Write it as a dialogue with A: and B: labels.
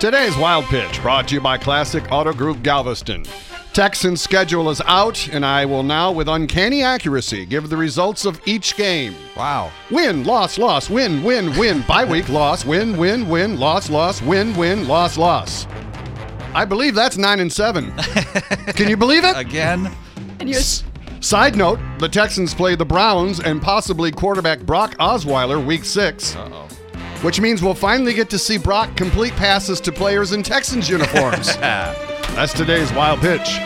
A: Today's Wild Pitch brought to you by Classic Auto Group Galveston. Texans schedule is out, and I will now, with uncanny accuracy, give the results of each game.
B: Wow.
A: Win, loss, loss, win, win, win, bye week, loss, win, win, win, loss, loss, win, win, loss, loss. I believe that's nine and seven. Can you believe it?
B: Again.
C: And you're
A: S- Side note, the Texans play the Browns and possibly quarterback Brock Osweiler week six,
B: Uh-oh.
A: which means we'll finally get to see Brock complete passes to players in Texans uniforms. That's today's wild pitch.